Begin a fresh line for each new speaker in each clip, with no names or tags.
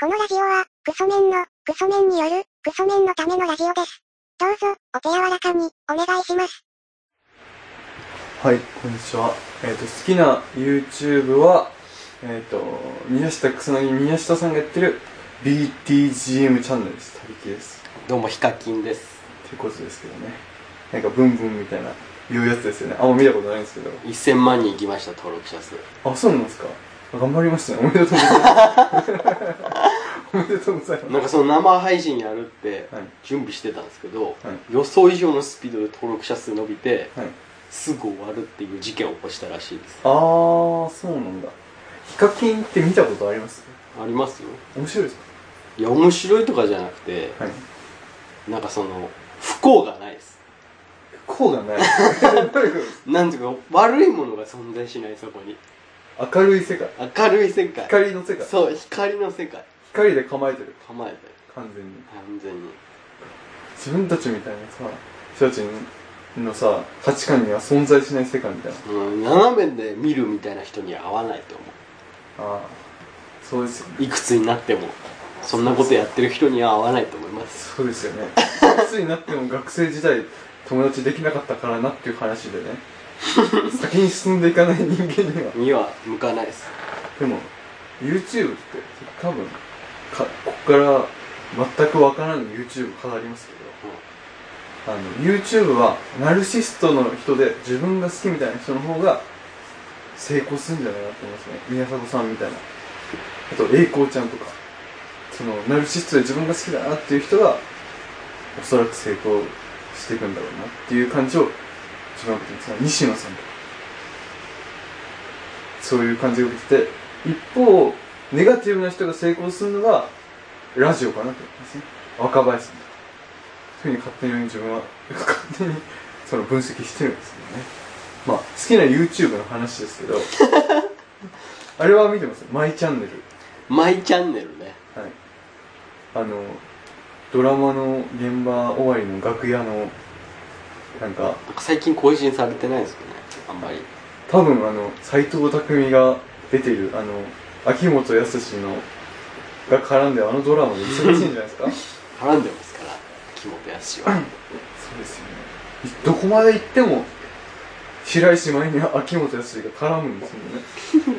このラジオは、クソメンの、クソメンによる、クソメンのためのラジオです。どうぞ、お手柔らかに、お願いします。
はい、こんにちは。えっ、と、好きな YouTube は、えっ、と、宮下草薙宮下さんがやってる BTGM チャンネルです。たびきです。
どうもヒカキンです
ってことですけどね。なんか、ブンブンみたいな、いうやつですよね。あんま見たことないんですけど。
1000万人いきました登録者数
あ、そうなんですかあ頑張りましたね。おめでとうござい ます。おめでとうござい
な
ま
んかその生配信やるって
はい
準備してたんですけど、
い
予想以上のスピードで登録者数伸びて
す。はい。
すぐ終わるっていう事件を起こしたらしいです
あー、そうなんだ。ヒカキンって見たことあります
ありますよ
面白いです
いや面白いとかじゃなくて
かはい。
なんかその不幸がないです
こうがない。 どういうことです
なんていうか悪いものが存在しないそこに
か明るい世界。
明るい世界
光の世界。
そう光の世界
光で構えてる。
構えてる
完全に
完全に
自分たちみたいなさ人たちのさ価値観には存在しない世界みたいな
うん斜めで見るみたいな人には合わないと思う
ああそうですよね
いくつになってもそんなことやってる人には合わないと思います
そうですよねいつになっても学生時代友達できなかったからなっていう話でね先に進んでいかない人間には
には向かないです
でも YouTube って多分かこっから全くわからぬ YouTube 語りますけどあの YouTube はナルシストの人で自分が好きみたいな人の方が成功するんじゃないかなと思いますね宮迫さんみたいなあと栄光ちゃんとかそのナルシストで自分が好きだなっていう人がおそらく成功していくんだろうなっていう感じを自分は受けてます西野さんとかそういう感じを受けてて一方ネガティブな人が成功するのがラジオかなと思いますね若林さんとかそういうふうに勝手に自分は勝手にその分析してるんですけどねまあ好きな YouTube の話ですけどあれは見てますマイチャンネル
マイチャンネルね
はいあのドラマの現場終わりの楽屋のなんか
なんか最近更新されてないですよねあんまり
多分あの斎藤工が出てるあの秋元康のが絡んであのドラマで忙しいんじゃないですか
絡んでますから木本康 は
そうですよねどこまで行っても白石麻衣には秋元康が絡むんですよね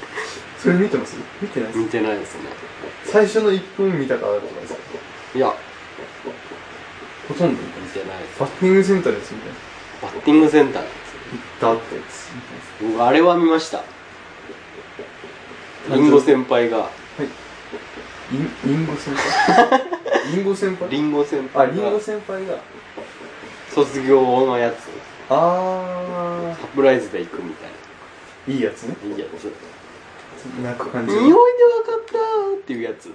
それ見てます見てないです
見てないですね
最初の1分見たからとかですか
いや
ほとんど見てな
見
い
てないです
バッティングセンターですみたいな
バッティングセンターなんですよ
行ったってやつ見てないです
僕あれは見ましたリンゴ先輩が
インリンゴ先輩 リンゴ先輩
リンゴ先
あ
輩
リン
が
ゴ先輩が
卒業のやつ
あ
サプライズで行くみたい
ーいいやつね
ないいやつ
泣く感じ
匂いでわかったーっていうやつ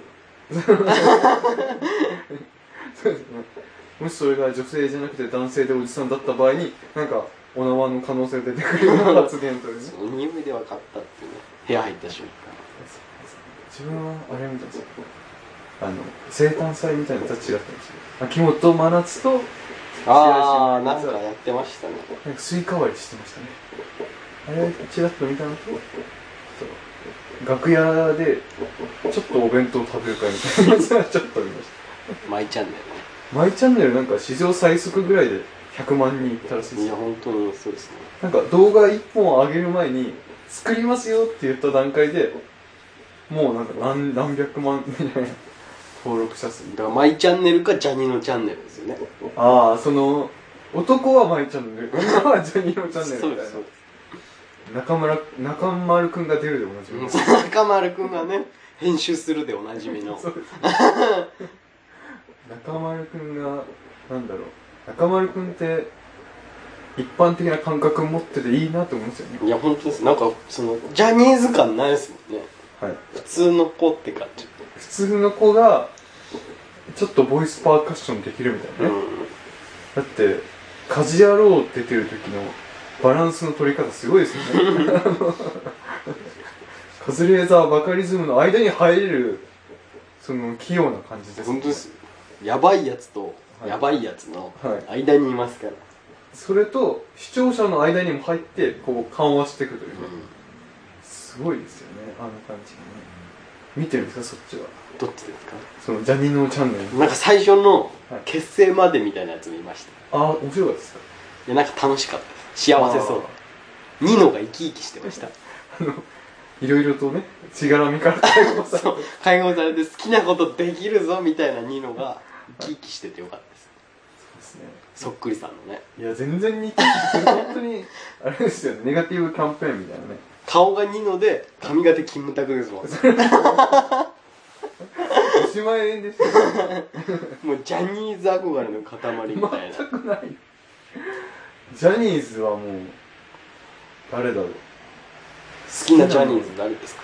そうですねもしそれが女性じゃなくて男性でおじさんだった場合になんかお縄の可能性が出てくるような発言というね
その匂いで分かったっていうね部屋入った瞬
自分はあれ見たんですよあの生誕祭みたいなやつは違ったんですよ秋元真夏と
間ああなんかやってましたね
なんかスイカ割りしてましたねあれちらっと見たのとそう楽屋でちょっとお弁当食べる会みたいなやつはちょっと見まし
マイチャンネ
たマイチャンネルなんか史上最速ぐらいで100万人いったらしい
ル
です
ねい
よ
や本当にそうですね
なんか動画1本上げる前に作りますよって言った段階でもうなんか何何百万みたいな登録者数
だからマイチャンネルかジャニのチャンネルですよね
ああその男はマイチャンネル女はジャニーのチャンネル
そう
みた
で
い
すそうで
な中村中丸くんが出るでおなじみ
すうん中丸君がね編集するでおなじみの
そうです中丸くんがなんだろう中丸くんって一般的な感覚持ってていいなと思うんですよね
いや本当ですなんかそのジャニーズ感ないですもんね
はい
普通の子って感じ
普通の子がちょっとボイスパーカッションできるみたいな
う
ね、
ん
だって「家事野郎」出てる時のバランスの取り方すごいですよね あのカズレーザーバカリズムの間に入れるその器用な感じですよね
本当ですやばいやつと
はい
やばいやつの
はい
間にいますから、
それと視聴者の間にも入ってこう緩和していくというね、
うん
すごいですよねあの感じがね見てるんですかそっちは
どっちですか
そのジャニーノーチャンネル
なんか最初の
はい
結成までみたいなやつ見ましたい
ああ面白かったですか
やなんか楽しかったです幸せそうニノが生き生きしてま した
あのいろいろとねしがらみから解放されて
そう解放されて好きなことできるぞみたいなニノが生き生きしててよかったです
ですね
そっくりさんのね
いや全然似てる本当 にあれですよねネガティブキャンペーンみたいなね
顔がニノで髪型キムタクですもん
おしまいですよね
もうジャニーズ憧れの塊みたいな
全くないよジャニーズはもう誰だろう
好きなジャニーズ誰ですか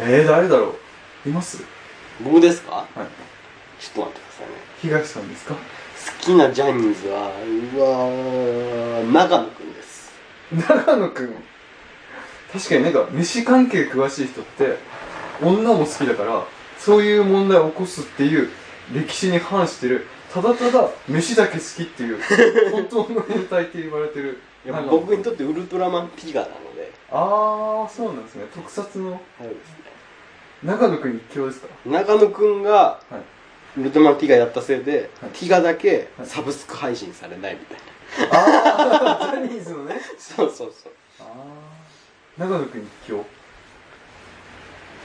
えー、誰だろういます
僕ですか
はい
ちょっと待ってくださいね
東さんですか
好きなジャニーズはうわー長野くんです
長野くん確かになんか飯関係詳しい人って女も好きだからそういう問題を起こすっていう歴史に反してるただただ飯だけ好きっていう本当の変態って言われてる
やっぱ
長野
僕にとってウルトラマンピガーなので
ああそうなんですね特撮の
そうですね
長野くん一強ですか
中野くんが、
は
ウルトラマンティガやったせいで、
はい
ティガだけ
はい
サブスク配信されないみたい な、
ああジャニーズのね
そうそうそう
ああ長野くん一強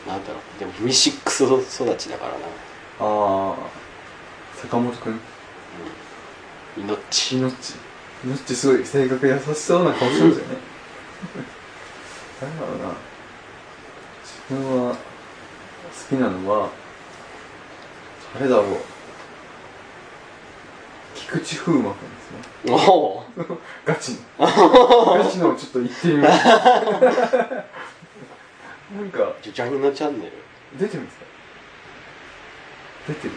なんだろうでもミシックス育ちだからな
ああ坂本くん
命
イノッチイノッチすごい性格優しそうな顔してますよねなんだろうな自分は好きなのは誰だろう菊池風磨くんですね
おお
ガチのガチのをちょっと言ってみますなんか
ジャニーのチャンネル
出てるんですか出てる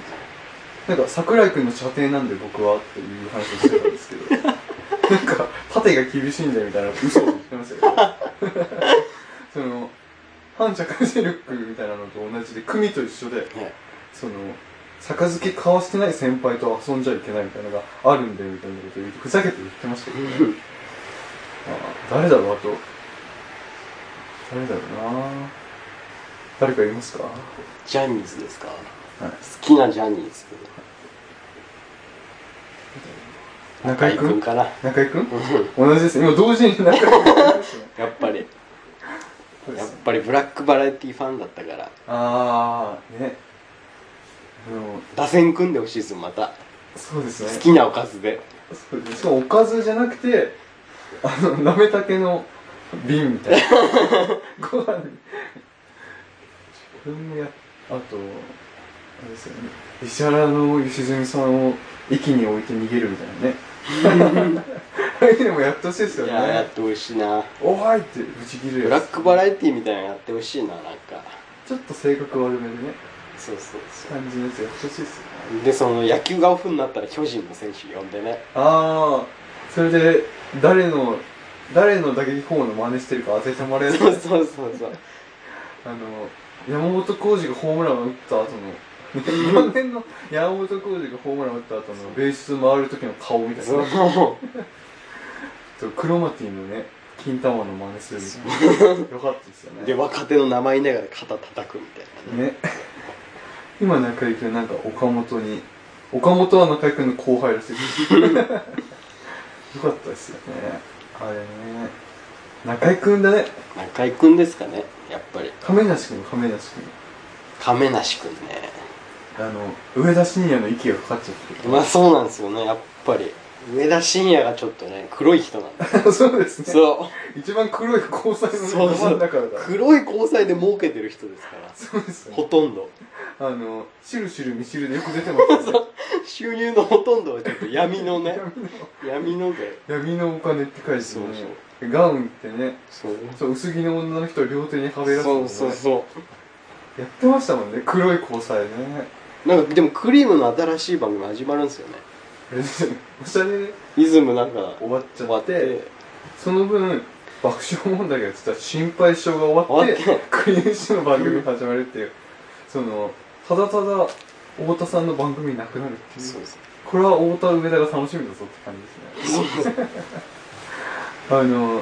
なんか桜井くんの射程なんで僕はっていう話をしてたんですけどなんか縦が厳しいんだよみたいな嘘を言ってましたけどその反社会勢力みたいなのと同じで組と一緒で
はい
その杯交わしてない先輩と遊んじゃいけないみたいなのがあるんでみたいなことを言ってふざけて言ってましたけどねあ誰だろうあと誰だろうな誰かいますか
ジャニーズですか、
はい
好きなジャニーズ
中居
中居
君
かな
中居君
うん
同じですね今同時に中居君ですね
やっぱり
そうで
やっ
すね
ぱりブラックバラエティファンだったから
ああねあの
打線組んでほしいですまた
そうです
好
ね
きなおかずで
そうですねしかもおかずじゃなくてあのなめたけの瓶みた いなご飯に自分もやあとあれですよね石原の良純さんを駅に置いて逃げるみたいなねああいうのもやってほしいですよ
いやーや
ね
ってほしいな
おはいってぶち切
ブ
る
ラ
や
ッ
つ
クバラエティみたいなのやってほしいななんか
ちょっと性格悪めでね
そうそうそ
感じのやつやってほしいですよね
うでその野球がオフになったら巨人の選手呼んでね
ああそれで誰の誰の打撃フォームの真似してるか当ててもらえる
そうそうそうそう
あの山本浩二がホームランを打った後の4年の山本浩二がホームランを打った後のベース回る時の顔みたい
そ
な
うそ
とクロマティのね金玉の真似するみたいなよかったですよ
うで
ね
若手の名前言いながら肩叩くみたいなね
ね今中居君なんか岡本に岡本は中居君の後輩らしい ですよかったですよねあれね中居君だね
中居君ですかねやっぱり
亀梨君亀梨君
亀梨君ね
あの上田晋也の息がかかっちゃって
まあそうなんですよねやっぱり上田晋也がちょっとね黒い人なんだ
そうです ね
そう
一番黒い交際
そ
の
う
山
そ
の中だ
う
から
黒い交際で儲けてる人ですから
そうですね
ほとんど
あのシルシルミシルでよく出てますよね
収入のほとんどはちょっと闇のね闇ので
闇のお金って書いて
そう
ねガウンってね
そう
そう薄着の女の人を両手にはべらせて、
そ
ね、
うそうそ
やってましたもんね黒い交際ね
うなんかでもクリームの新しい番組始まるんですよね
あれですよねおしゃれ
イズムなんか
終わっち
終
ゃ
わ
っ
ってて
その分爆笑問題がやってた心配性が終わって
終わっ
クリーン氏の番組始まるっていうそのただただ太田さんの番組なくなるっていう
そうそう
これは太田梅田が楽しみだぞって感じですねあの、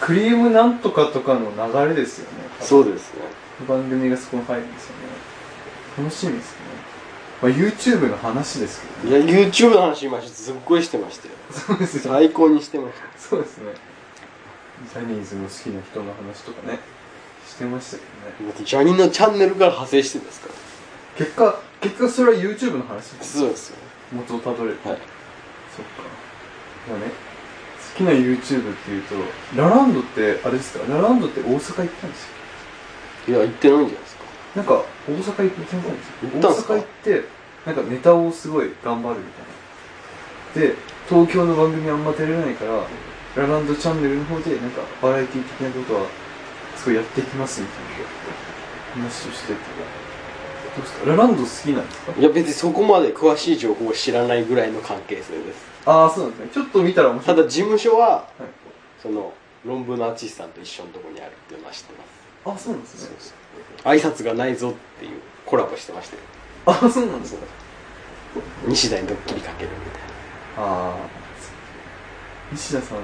クリームなんとかとかの流れですよね。
そうですね
番組がそこに入るんですよね楽しみですね、まあ、YouTube の話ですけど
い
ね
や YouTube の話今すっごいしてましたよ
そうですよね
最高にしてまし
そうですねジャニーズの好きな人の話とかねしてましたけどね
ただってジャニーのチャンネルから派生してですか
結果結果それは YouTube の話
らそうですよ
元をたどれるそ
はい
っかまあね好きな YouTube っていうとラランドってあれですかラランドって大阪行ったんですよ
いや言ってないんじゃないですか
なんか大阪行って行ったんですよ
行ったんすか
大阪行ってなんかネタをすごい頑張るみたいなで東京の番組あんま出れないからラランドチャンネルの方でなんかバラエティ的なことはすごいやっていきますみたいな話をしててどうですかラランド好きなんですか
いや別にそこまで詳しい情報を知らないぐらいの関係性です
ああそうなんですねちょっと見たら面白
た
い
だ事務所は、
はい
その論文のアーティストさんと一緒のとこにあるっていうのは知ってます
あそうなんですね
挨拶がないぞっていうコラボしてましたよ
ああそうなんですね
西田にドッキリかけるみたいな
ああ西田さん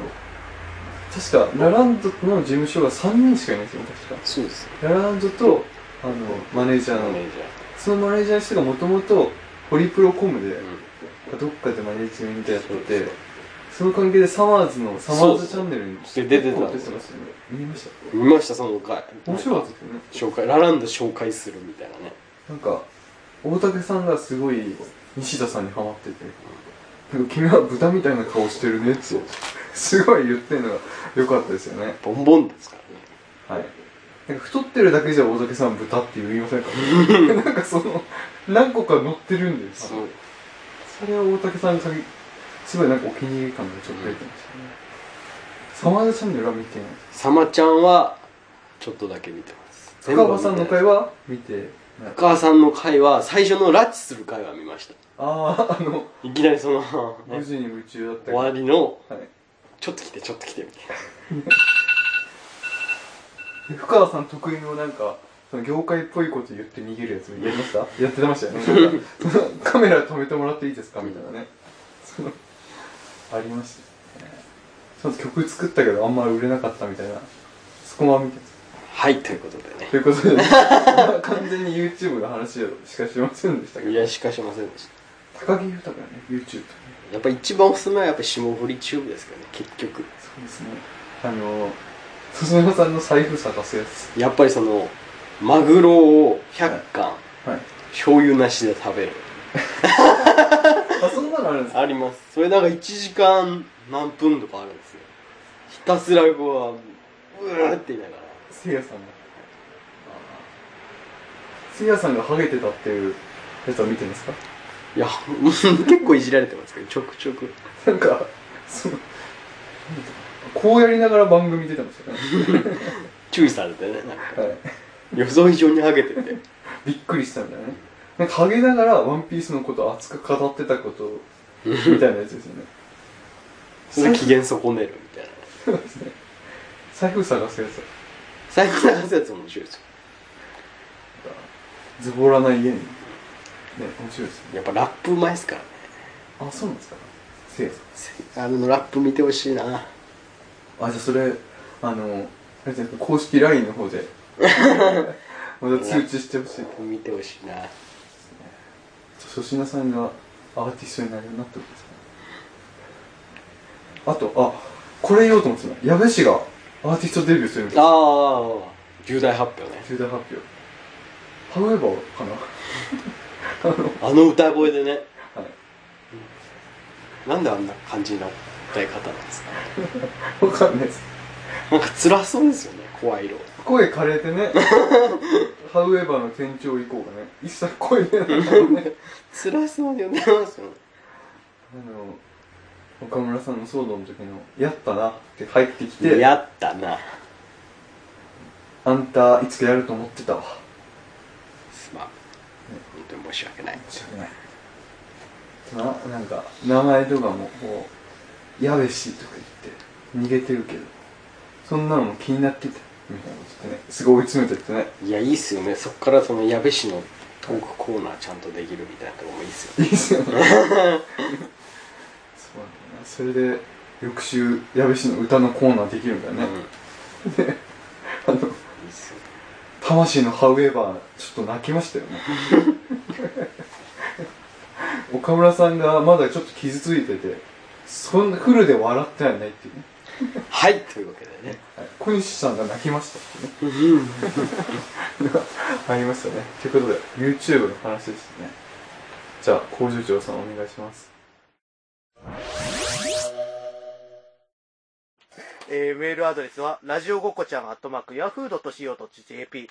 確かラランドの事務所が3人しかいないんですよ確
そうです
かラランドとあのマネージャ
マ
ー
ネ
の
ージ
そのマネージャーの人がもともとホリプロコム
ャー
でどっかでマネージメントやって
そう
て
そう
その関係でサマーズのサマーズチャンネルに
そうで出てた
結構出てましたよね見まし
見ましたその回
た面白かったですよね
紹介ラランド紹介するみたいなね
なんか大竹さんがすごい西田さんにハマっててなんか君は豚みたいな顔してるねってすごい言ってんのが良かったですよね
ボンボンですからね
はい。なんか太ってるだけじゃ大竹さん豚って言いませんか なんかその、何個か乗ってるんです
そう
それは大竹さんがすごいなんかお気に入り感がちょっと出てましたね。サマーズチャンネルは見てない。
サマちゃんはちょっとだけ見てます
深川さんの会
は
は見てない。
深川さんの回は最初の拉致する回は見ました
ああ、あの、
いきなりそ の
無事に夢中だったけ
終
ど
わりの
はい。
ちょっと来てちょっと来てみたいな
で深川さん得意のなんか、その業界っぽいこと言って逃げるやつやりましたやってましたよね。なんかそのカメラ止めてもらっていいですかみたいなね。そのありましたよね。その曲作ったけどあんま売れなかったみたいな。そこも見てた。
はいということでね
ということで、 完全に YouTube の話をしかしませんでしたけ
い
ど。
やしかしませんでした
高木豊がね、YouTube とね。
やっぱ一番おすすめはやっぱ霜降りチューブですけどね結局
そうですね。あの、笹山さんの財布探すやつ。
やっぱりそのマグロを100貫、
はい。
醤油なしで食べる
あ、そんなのあるんですか
ありますそれなんか1時間何分とかあるんですよひたすらこううーって言いながら
せいやさんが。せいやさんがハゲてたっていうやつを見てますか
いや 結構いじられてますけどちょくちょく
なんか、その、なんだこうやりながら番組出てましたね。
注意されてねなんか
はい。
予想以上にハゲて て
びっくりしたみたいなね。なんかハゲながらワンピースのことを熱く語ってたことをみたいなやつですよね。
そ れで機嫌損ねるみたいな
そうですね。財布探すやつ。
最後の話すやつ面白いですよ
ズボラな家に。ね、面白いですね。
やっぱラップうまいっすからね
あ、そうなんですかせいやさん。
あのラップ見てほしいな
あ、じゃあそれ、あの、あれじゃないですか公式 LINE の方で、また通知してほしい。
見てほしいな
粗品さんがアーティストになるなってことですかねあと、あ、これ言おうと思ってた。矢部氏がアーティストデビューするみたいな。
ああ重大発表ね
重大発表。ハウエバーかな あの、
あの歌声でね
はい。
なんであんな感じになったい方なんですか
わかんないです。
なんか辛そうですよね怖い色
声枯れてね、ハウエバーの店長以降がね、一切声出ないからね。
辛そうで呼んでますよね
あの、岡村さんの騒動の時の、やったなって入ってきて、
やったな
あんた、いつかやると思ってたわ。
すまん本当に申し訳ない
申し訳ない。な、なんか、名前とかも、こう、やべしとか言って、逃げてるけど、そんなのも気になってた。みたいなこと言ってね、すごい追い詰めてってね、
いやいいっすよねそっからその矢部市のトークコーナーちゃんとできるみたいなとこもいいっすよ
い
ね
いっすよね。そうなんだよな。それで、翌週、 矢部氏の歌のコーナーできるんだよ
うん
ね。あの、
いいっすよね
魂のハウエバー、ちょっと泣きましたよね。 岡村さんがまだちょっと傷ついてて、そんなフルで笑ってはいないっていうね。
はいというわけでね
はい小西さんが泣きましたっていうね。 ありましたね。ということで、YouTube の話でしたね。じゃあ、工場長さんお願いします。
えーメールアドレスは、ラジオごこちゃん、アットマーク、ヤフードと .co.jp、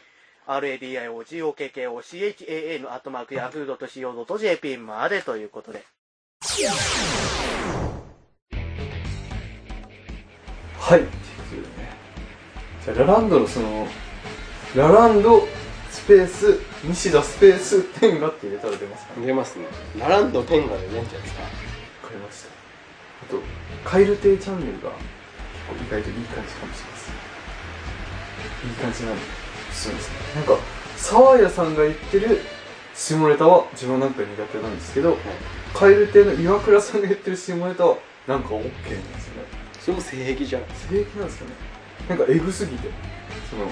radiogokochan、アットマーク、ヤフードと .co.jp までということで。
はい。ということでね。じゃあ、ラランドのその、ラランド、スペース、西田スペース、天下って入れたら出ますかね。
出ますね並んどペンガでねじゃないですか
わかりました。あと、カエル亭チャンネルが結構意外といい感じかもしれません。いい感じなんでするんですね。なんか、沢谷さんが言ってる下ネタは自分なんか苦手なんですけど、カエル亭の岩倉さんが言ってる下ネタはなんか OK なんですよね。
それも性癖じゃん
性癖なんですかねなんかエグすぎてその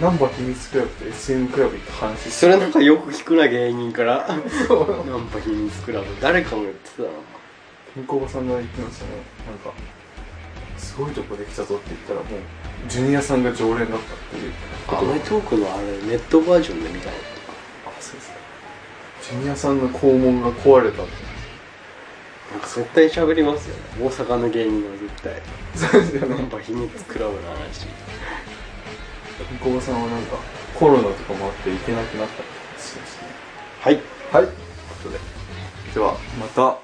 ナンバー秘密クラブと SM クラブ行った話
それなんかよく聞くな芸人からナン
そう
パ秘密クラブ誰かも言ってたな
健康場さんが言ってましたねなんかすごいとこできたぞって言ったらもうジュニアさんが常連だったっていうこ
ア
と
メトークのあれネットバージョンで見たの
あそうですかジュニアさんの肛門が壊れたって
なんか絶対喋りますよね大阪の芸人は絶対
そうですよ
ナ
ね
ンパ秘密クラブの話
健康場さんはなんかコロナとかもあって行けなくなったって話でしたねは
はい
いということでではまた